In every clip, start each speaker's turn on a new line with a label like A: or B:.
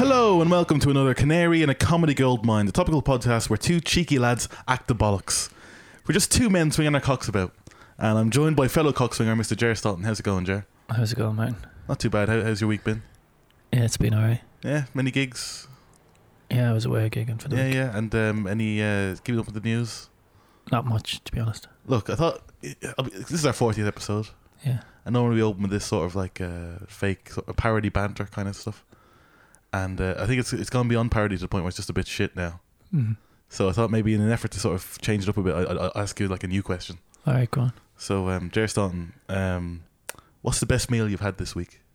A: welcome to another Canary in a Comedy Gold Mine, the topical podcast where two cheeky lads act the bollocks. We're just two men swinging our cocks about, and I'm joined by fellow cockswinger Mr. Jer Stoughton. How's it going, Jer?
B: How's it going, man?
A: Not too bad. How, how's your week been?
B: Yeah, it's been alright.
A: Yeah, many gigs.
B: Yeah, I was away gigging for the
A: Yeah,
B: week.
A: yeah. And um, any uh, keeping up with the news?
B: Not much, to be honest.
A: Look, I thought uh, I'll be, this is our 40th episode.
B: Yeah.
A: I normally we open with this sort of like uh, fake sort of parody banter kind of stuff, and uh, I think it's it's gone beyond parody to the point where it's just a bit shit now.
B: Mm.
A: So I thought maybe in an effort to sort of change it up a bit, I, I, I'll ask you like a new question.
B: All right, go on.
A: So, um, Jerry Staunton, um, what's the best meal you've had this week?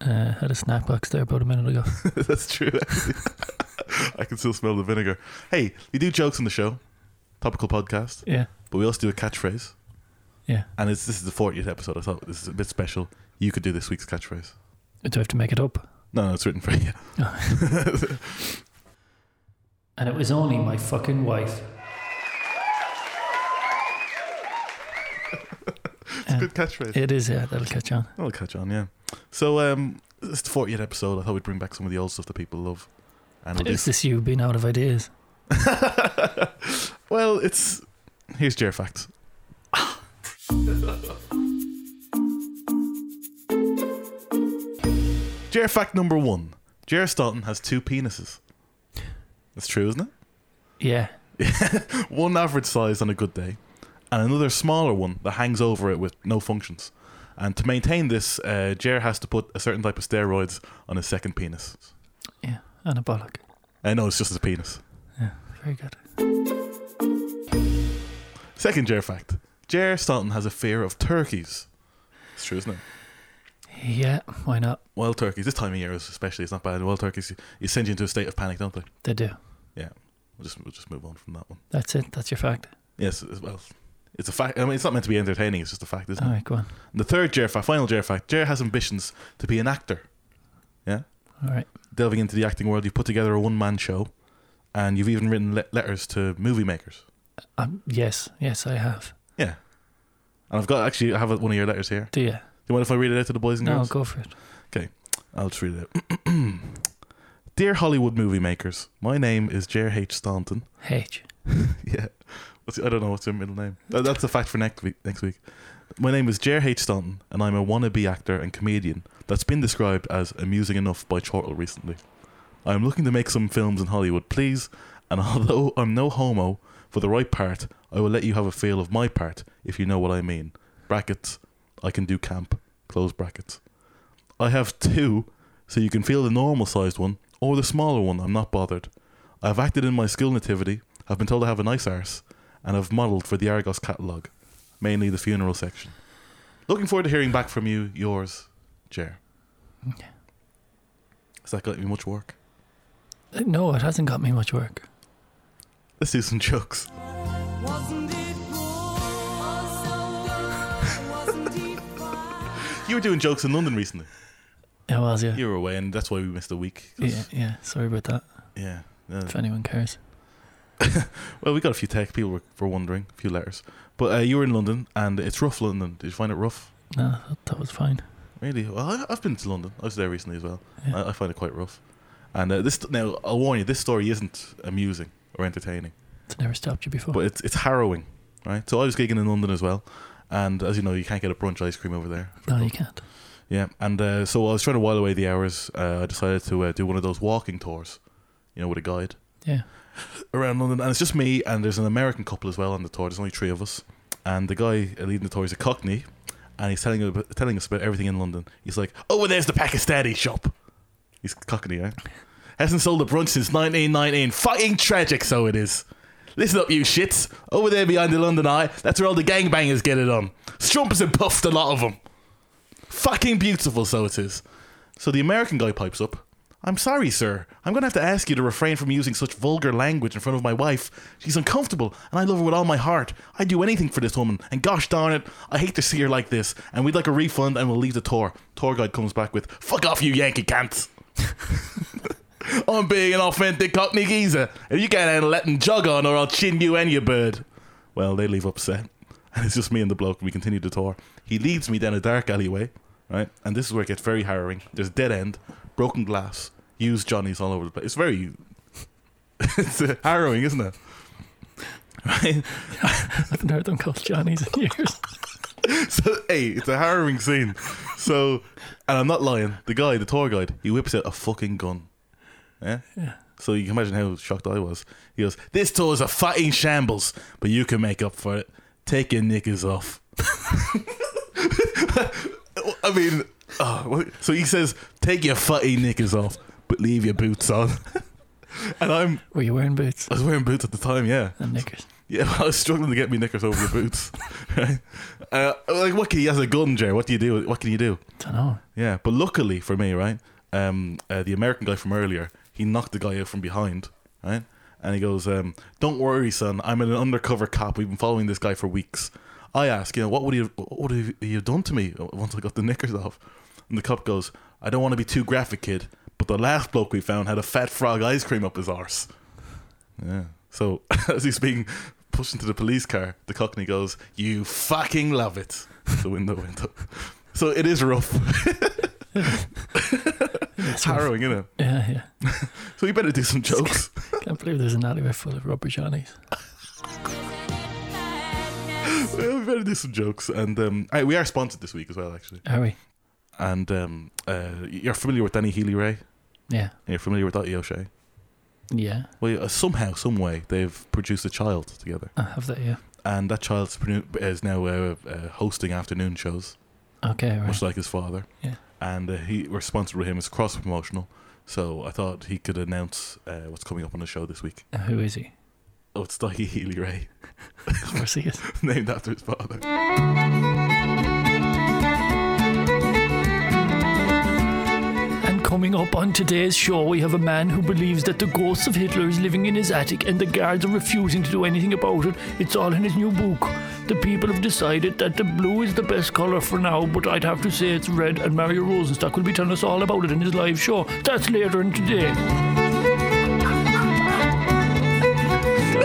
B: Uh, had a snack box there about a minute ago.
A: That's true. Actually. I can still smell the vinegar. Hey, we do jokes on the show, topical podcast,
B: yeah.
A: but we also do a catchphrase.
B: Yeah.
A: And it's, this is the 40th episode. I thought this is a bit special. You could do this week's catchphrase.
B: Do I have to make it up?
A: No, no, it's written for you.
B: And it was only my fucking wife.
A: It's a good catchphrase.
B: It is, yeah, that'll catch on.
A: I'll catch on, yeah. So, um, it's the 40th episode. I thought we'd bring back some of the old stuff that people love. And we'll do
B: Is this you being out of ideas?
A: well, it's here's Jer facts. Jer fact number one: Jer Staunton has two penises. That's true, isn't
B: Yeah.
A: it? One average size on a good day, and another smaller one that hangs over it with no functions. And to maintain this, uh, Jer has to put a certain type of steroids on his second penis.
B: Yeah. And a bollock.
A: Uh, no, it's just his penis.
B: Yeah. Very good.
A: Second Jer fact: Jer Staunton has a fear of turkeys. It's true, isn't it?
B: Yeah, why not?
A: Wild turkeys, this time of year is especially, it's not bad. Wild turkeys, you send you into a state of panic, don't they?
B: They do.
A: Yeah. We'll just, we'll just move on from that one.
B: That's it. That's your fact.
A: Yes, as well. It's a fact. I mean, it's not meant to be entertaining, it's just a fact, isn't
B: All
A: it?
B: right, go on.
A: And the third Jer fact, final Jer fact, Jer has ambitions to be an actor. Yeah?
B: All right.
A: Delving into the acting world, you've put together a one man show and you've even written le- letters to movie makers.
B: Um, yes, yes, I have.
A: Yeah. And I've got, actually, I have one of your letters here.
B: Do you?
A: Do you mind if I read it out to the boys and
B: No,
A: girls?
B: go for it.
A: I'll just read it out. Dear Hollywood movie makers, my name is Jer H. Staunton.
B: H.
A: yeah. What's, I don't know what's her middle name. That- that's a fact for next week. Next week. My name is Jer H. Staunton, and I'm a wannabe actor and comedian that's been described as amusing enough by Chortle recently. I'm looking to make some films in Hollywood, please, and although I'm no homo, for the right part, I will let you have a feel of my part, if you know what I mean. Brackets, I can do camp. Close brackets. I have two, so you can feel the normal sized one or the smaller one, I'm not bothered. I've acted in my school nativity, I've been told I have a nice arse, and I've modelled for the Argos catalogue, mainly the funeral section. Looking forward to hearing back from you, yours, Jer.
B: Okay.
A: Has that got me much work?
B: Uh, No, it hasn't got me much work.
A: Let's do some jokes.
C: Wasn't it good? Wasn't it fine?
A: You were doing jokes in London recently.
B: It was, yeah.
A: You were away, and that's why we missed a week. 'cause-
B: Yeah, yeah. Sorry about that.
A: Yeah. no.
B: If anyone cares.
A: Well, we got a few tech people were, were wondering, a few letters. But uh, you were in London, and it's rough London. Did you find it rough?
B: No, that, that was fine.
A: Really? Well, I, I've been to London. I was there recently as well.
B: Yeah.
A: I, I find it quite rough. And uh, this now, I'll warn you, this story isn't amusing or entertaining,
B: It's never stopped you before.
A: but it's it's harrowing, right? So I was gigging in London as well, and as you know, you can't get a brunch ice cream over there.
B: no, you can't.
A: Yeah, and uh, so I was trying to while away the hours. Uh, I decided to uh, do one of those walking tours, you know, with a guide
B: Yeah.
A: around London, and it's just me and there's an American couple as well on the tour. There's only three of us, and the guy leading the tour is a Cockney, and he's telling ab- telling us about everything in London. He's like, "Oh, well, there's the Pakistani shop." He's Cockney, eh? Hasn't sold a brunch since 1919. Fucking tragic, so it is. Listen up, you shits. Over there behind the London Eye, that's where all the gangbangers get it on. Strumpers and puffed a lot of them. Fucking beautiful, so it is. So the American guy pipes up. I'm sorry, sir. I'm going to have to ask you to refrain from using such vulgar language in front of my wife. She's uncomfortable, and I love her with all my heart. I'd do anything for this woman, and gosh darn it, I hate to see her like this. And we'd like a refund, and we'll leave the tour. Tour guide comes back with, Fuck off, you Yankee cants. I'm being an authentic Cockney geezer, and you can't handle letting jog on, or I'll chin you and your bird. Well, they leave upset, and it's just me and the bloke. and We continue the tour. He leads me down a dark alleyway, right? And this is where it gets very harrowing. There's a dead end, broken glass, use Johnny's all over the place. It's very it's uh, harrowing, isn't it? Right?
B: I've heard them called Johnny's in years.
A: So hey, it's a harrowing scene. So and I'm not lying, the guy, the tour guide, he whips out a fucking gun. Yeah?
B: Yeah.
A: So you can imagine how shocked I was. He goes, This tour is a fucking shambles, but you can make up for it. Take your knickers off. I mean, oh, what- so he says, Take your fucking knickers off, but leave your boots on. and I'm,
B: Were you wearing boots
A: I was wearing boots at the time, yeah.
B: and knickers?
A: Yeah, I was struggling to get me knickers over the boots. right? uh, like, what can he has a gun, Jerry? What do you do? What can you do?
B: Don't know.
A: Yeah, but luckily for me, right, um, uh, the American guy from earlier, he knocked the guy out from behind, right, and he goes, um, "Don't worry, son. I'm an undercover cop. We've been following this guy for weeks." I ask, you know, what would you, what would have you done to me once I got the knickers off? And the cop goes, "I don't want to be too graphic, kid, but the last bloke we found had a fat frog ice cream up his arse." Yeah. So as he's being pushed into the police car, the Cockney goes, "You fucking love it." The window went up. So it is rough.
B: It's
A: harrowing, isn't it?
B: Yeah,
A: So you better do some jokes.
B: yeah. Can't believe there's an alleyway full of rubber Johnnies.
A: we better do some jokes. And um, I- we are sponsored this week as well, actually.
B: Are we?
A: And um, uh, you're familiar with Danny Healy Ray?
B: Yeah.
A: You're familiar with Dottie O'Shea?
B: Yeah.
A: Well, uh, somehow, some way, they've produced a child together,
B: I have that, yeah.
A: and that child is now uh, uh, hosting afternoon shows,
B: Okay, right.
A: much like his father.
B: Yeah.
A: And uh, he we're sponsored with him. It's cross promotional, so I thought he could announce uh, what's coming up on the show this week.
B: Uh, Who is he?
A: Oh, it's Dottie Healy Ray.
B: Of course he is.
A: named after his father.
B: And coming up on today's show, we have a man who believes that the ghost of Hitler is living in his attic and the guards are refusing to do anything about it. It's all in his new book. The people have decided that the blue is the best colour for now, but I'd have to say it's red, and Mario Rosenstock will be telling us all about it in his live show. That's later in today.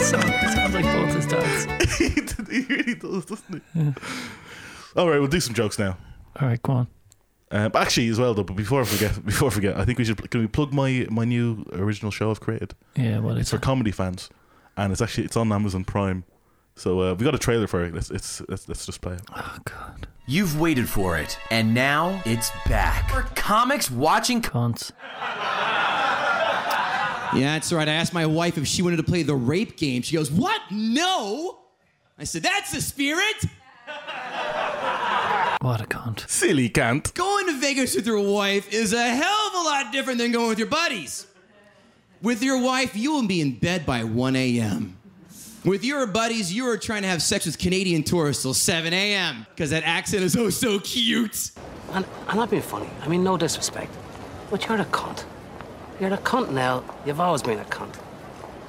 B: Sounds like both his dads.
A: he did- he really does, doesn't he? All right, we'll do some jokes now.
B: All right, go on.
A: Uh, but actually, as well though, but before I forget, before I forget, I think we should can we plug my my new original show I've created.
B: Yeah, well,
A: It's
B: it's
A: for comedy fans, and it's actually it's on Amazon Prime. So uh, we got a trailer for it. Let's it's, let's, let's just play it.
B: oh god,
D: You've waited for it, and now it's back. For comics watching. Co-
B: cunts.
E: Yeah, that's right. I asked my wife if she wanted to play the rape game. She goes, What? No. I said, That's the spirit.
B: What a cunt.
A: Silly can't.
E: Going to Vegas with your wife is a hell of a lot different than going with your buddies. With your wife, you will be in bed by 1 a.m. With your buddies, you are trying to have sex with Canadian tourists till 7 a.m. because that accent is oh so cute.
F: And I'm not being funny. I mean, no disrespect. But you're a cunt. You're a cunt now. You've always been a cunt.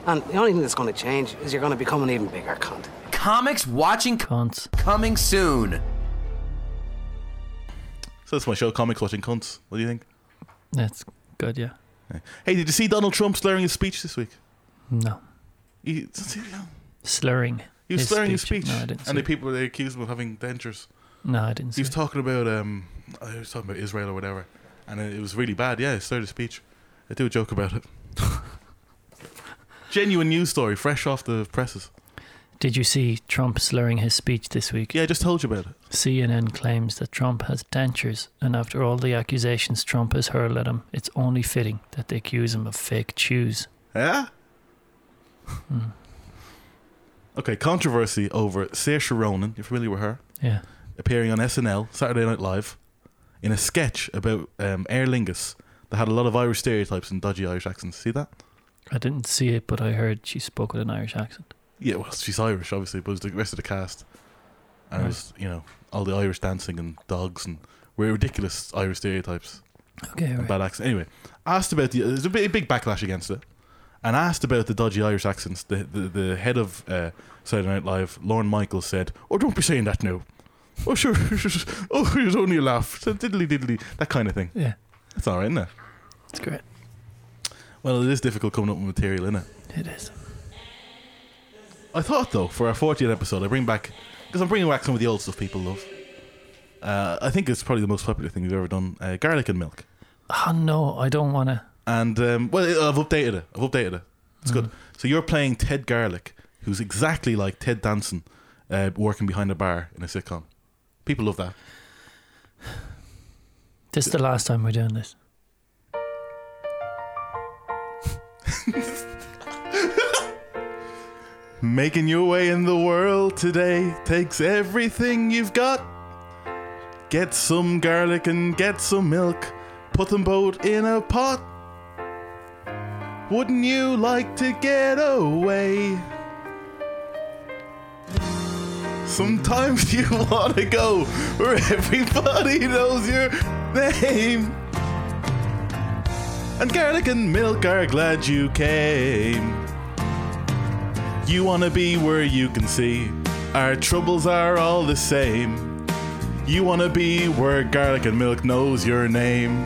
F: And the only thing that's going to change is you're going to become an even bigger cunt.
D: comics watching Co-
B: Cunts.
D: coming soon.
A: So that's my show, comics watching cunts. What do you think?
B: That's good, yeah.
A: Hey, did you see Donald Trump slurring his speech this week?
B: No.
A: He,
B: Slurring.
A: he was
B: his
A: slurring his speech,
B: No, I didn't see
A: and the
B: it.
A: people they accused him of having dentures.
B: No, I didn't see
A: He was
B: it.
A: talking about um, I was talking about Israel or whatever, and it was really bad. Yeah, it started a speech. I do a joke about it. Genuine news story, fresh off the presses.
B: Did you see Trump slurring his speech this week?
A: Yeah, I just told you about it.
B: CNN claims that Trump has dentures, and after all the accusations Trump has hurled at him, it's only fitting that they accuse him of fake chews.
A: Yeah. Hmm. okay, controversy over Saoirse Ronan. You're familiar with her
B: Yeah.
A: appearing on SNL Saturday Night Live in a sketch about um, Aer Lingus that had a lot of Irish stereotypes and dodgy Irish accents. See that?
B: I didn't see it, but I heard she spoke with an Irish accent.
A: Yeah, well, she's Irish, obviously, but it was the rest of the cast. And it
B: Right.
A: was, you know, all the Irish dancing and dogs and we're ridiculous Irish stereotypes
B: Okay,
A: and
B: right.
A: bad accent. Anyway, asked about the. There's a big, big backlash against it. And asked about the dodgy Irish accents, the, the, the head of uh, Saturday Night Live, Lauren Michaels, said, Oh, don't be saying that now. Oh, sure. oh, it was only a laugh. So diddly diddly. That kind of thing.
B: Yeah,
A: That's all right, isn't it?
B: it's great.
A: Well, it is difficult coming up with material, isn't it?
B: It is.
A: I thought though for our 40th episode, I bring back because I'm bringing back some of the old stuff people love. Uh, I think it's probably the most popular thing we've ever done: uh, garlic and milk.
B: Oh, Ah, no, I don't want to.
A: And um, well, I've updated it. I've updated it. It's good. So you're playing Ted Garlick, who's exactly like Ted Danson, uh, working behind a bar in a sitcom. People love that.
B: This is the last time we're doing this.
A: Making your way in the world today takes everything you've got. Get some garlic and get some milk. Put them both in a pot. Wouldn't you like to get away? Sometimes you want to go where everybody knows your name. And garlic and milk are glad you came. You wanna be where you can see. Our troubles are all the same. You wanna be where garlic and milk knows your name.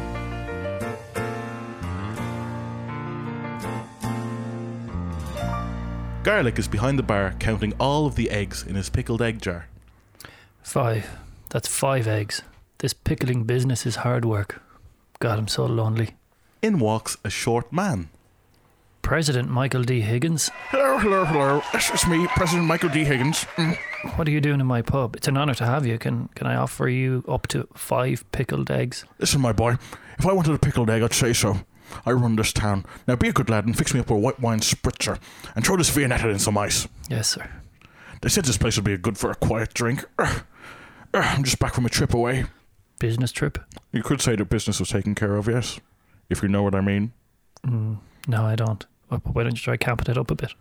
A: Garlic is behind the bar counting all of the eggs in his pickled egg jar.
B: Five. That's five eggs. This pickling business is hard work. God, I'm so lonely.
A: In walks a short man.
B: President Michael D. Higgins,
A: Hello, hello, hello. It's just me, President Michael D. Higgins.
B: what are you doing in my pub? It's an honour to have you. Can can I offer you up to five pickled eggs?
A: Listen, my boy, if I wanted a pickled egg, I'd say so. I run this town. Now be a good lad and fix me up a white wine spritzer and throw this Viennetta in some ice.
B: Yes, sir.
A: They said this place would be good for a quiet drink. Ugh. Ugh, I'm just back from a trip away.
B: Business trip?
A: You could say the business was taken care of, yes? If you know what I mean.
B: No, I don't. Wh- Why don't you try camping it up a bit?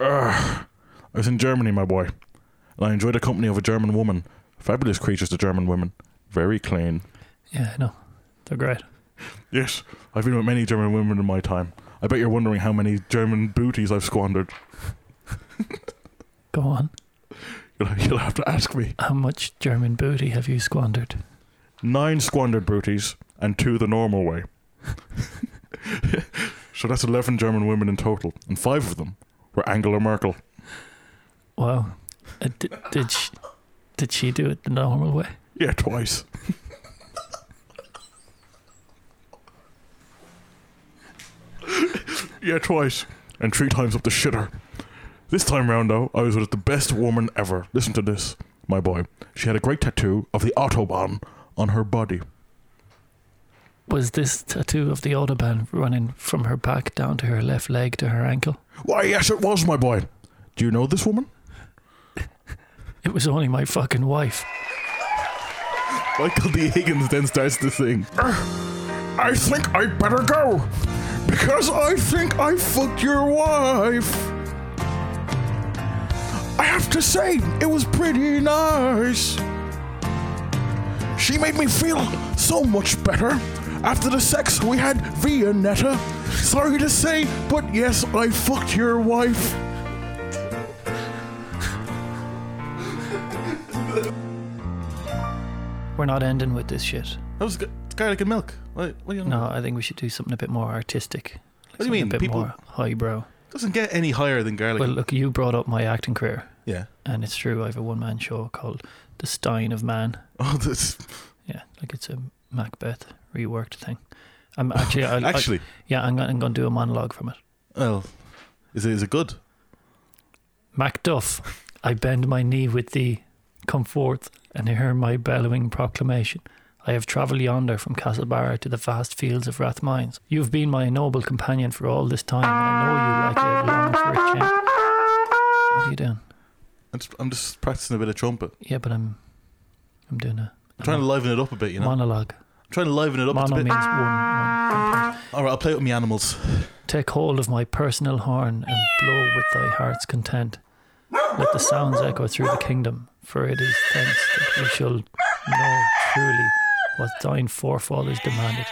A: Ugh. I was in Germany, my boy, and I enjoyed the company of a German woman. Fabulous creatures, the German women. Very clean.
B: Yeah, I know. They're great.
A: Yes, I've been with many German women in my time. I bet you're wondering how many German booties I've squandered.
B: Go on.
A: You'll, you'll have to ask me.
B: How much German booty have you squandered?
A: Nine squandered booties and two the normal way. so that's 11 German women in total, and five of them were Angela Merkel.
B: Wow. Uh, did, did, she, did she do it the normal way?
A: Yeah, twice. yeah, twice. And three times up the shitter. This time round, though, I was with the best woman ever. Listen to this, my boy. She had a great tattoo of the Autobahn on her body.
B: Was this tattoo of the Autobahn running from her back down to her left leg to her ankle?
A: Why, yes, it was, my boy. Do you know this woman?
B: It was only my fucking wife.
A: Michael D. Higgins then starts to sing. I think I better go because I think I fucked your wife. I have to say, it was pretty nice. She made me feel so much better after the sex we had via Netta. Sorry to say, but yes, I fucked your wife.
B: We're not ending with this shit.
A: That was garlic and milk. What, what do you
B: No, I think we should do something a bit more artistic. What
A: do you mean?
B: A bit
A: People-
B: more highbrow.
A: Doesn't get any higher than garlic.
B: Well, look, you brought up my acting career,
A: yeah.
B: and it's true. I have a one-man show called The Stein of Man.
A: Oh, that's
B: Yeah, like it's a Macbeth reworked thing. I'm actually, I,
A: actually.
B: I, yeah, I'm gonna, I'm gonna do a monologue from it.
A: Well, is it is it good?
B: Macduff, I bend my knee with thee. Come forth and hear my bellowing proclamation. I have travelled yonder from Castlebar to the vast fields of Rathmines. You have been my noble companion for all this time, and I know you like a longing for a change. What are you doing?
A: I'm just, I'm just practicing a bit of trumpet.
B: Yeah, but I'm, I'm doing a,
A: I'm trying to liven it up a bit, you know.
B: monologue.
A: I'm trying to liven it up
B: Mono
A: a
B: means
A: bit.
B: one, one.
A: All right, I'll play it with my animals.
B: Take hold of my personal horn and blow with thy heart's content. Let the sounds echo through the kingdom, for it is thence that we shall know truly what thine forefathers demanded.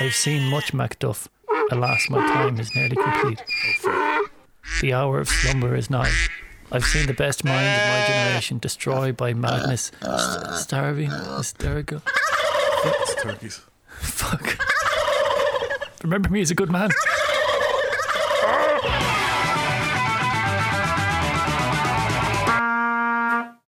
B: I have seen much Macduff. Alas, my time is nearly complete. The hour of slumber is nigh. I've seen the best mind of my generation destroyed by madness, st- starving, hysterical.
A: It's turkeys.
B: Fuck. Remember me as a good man.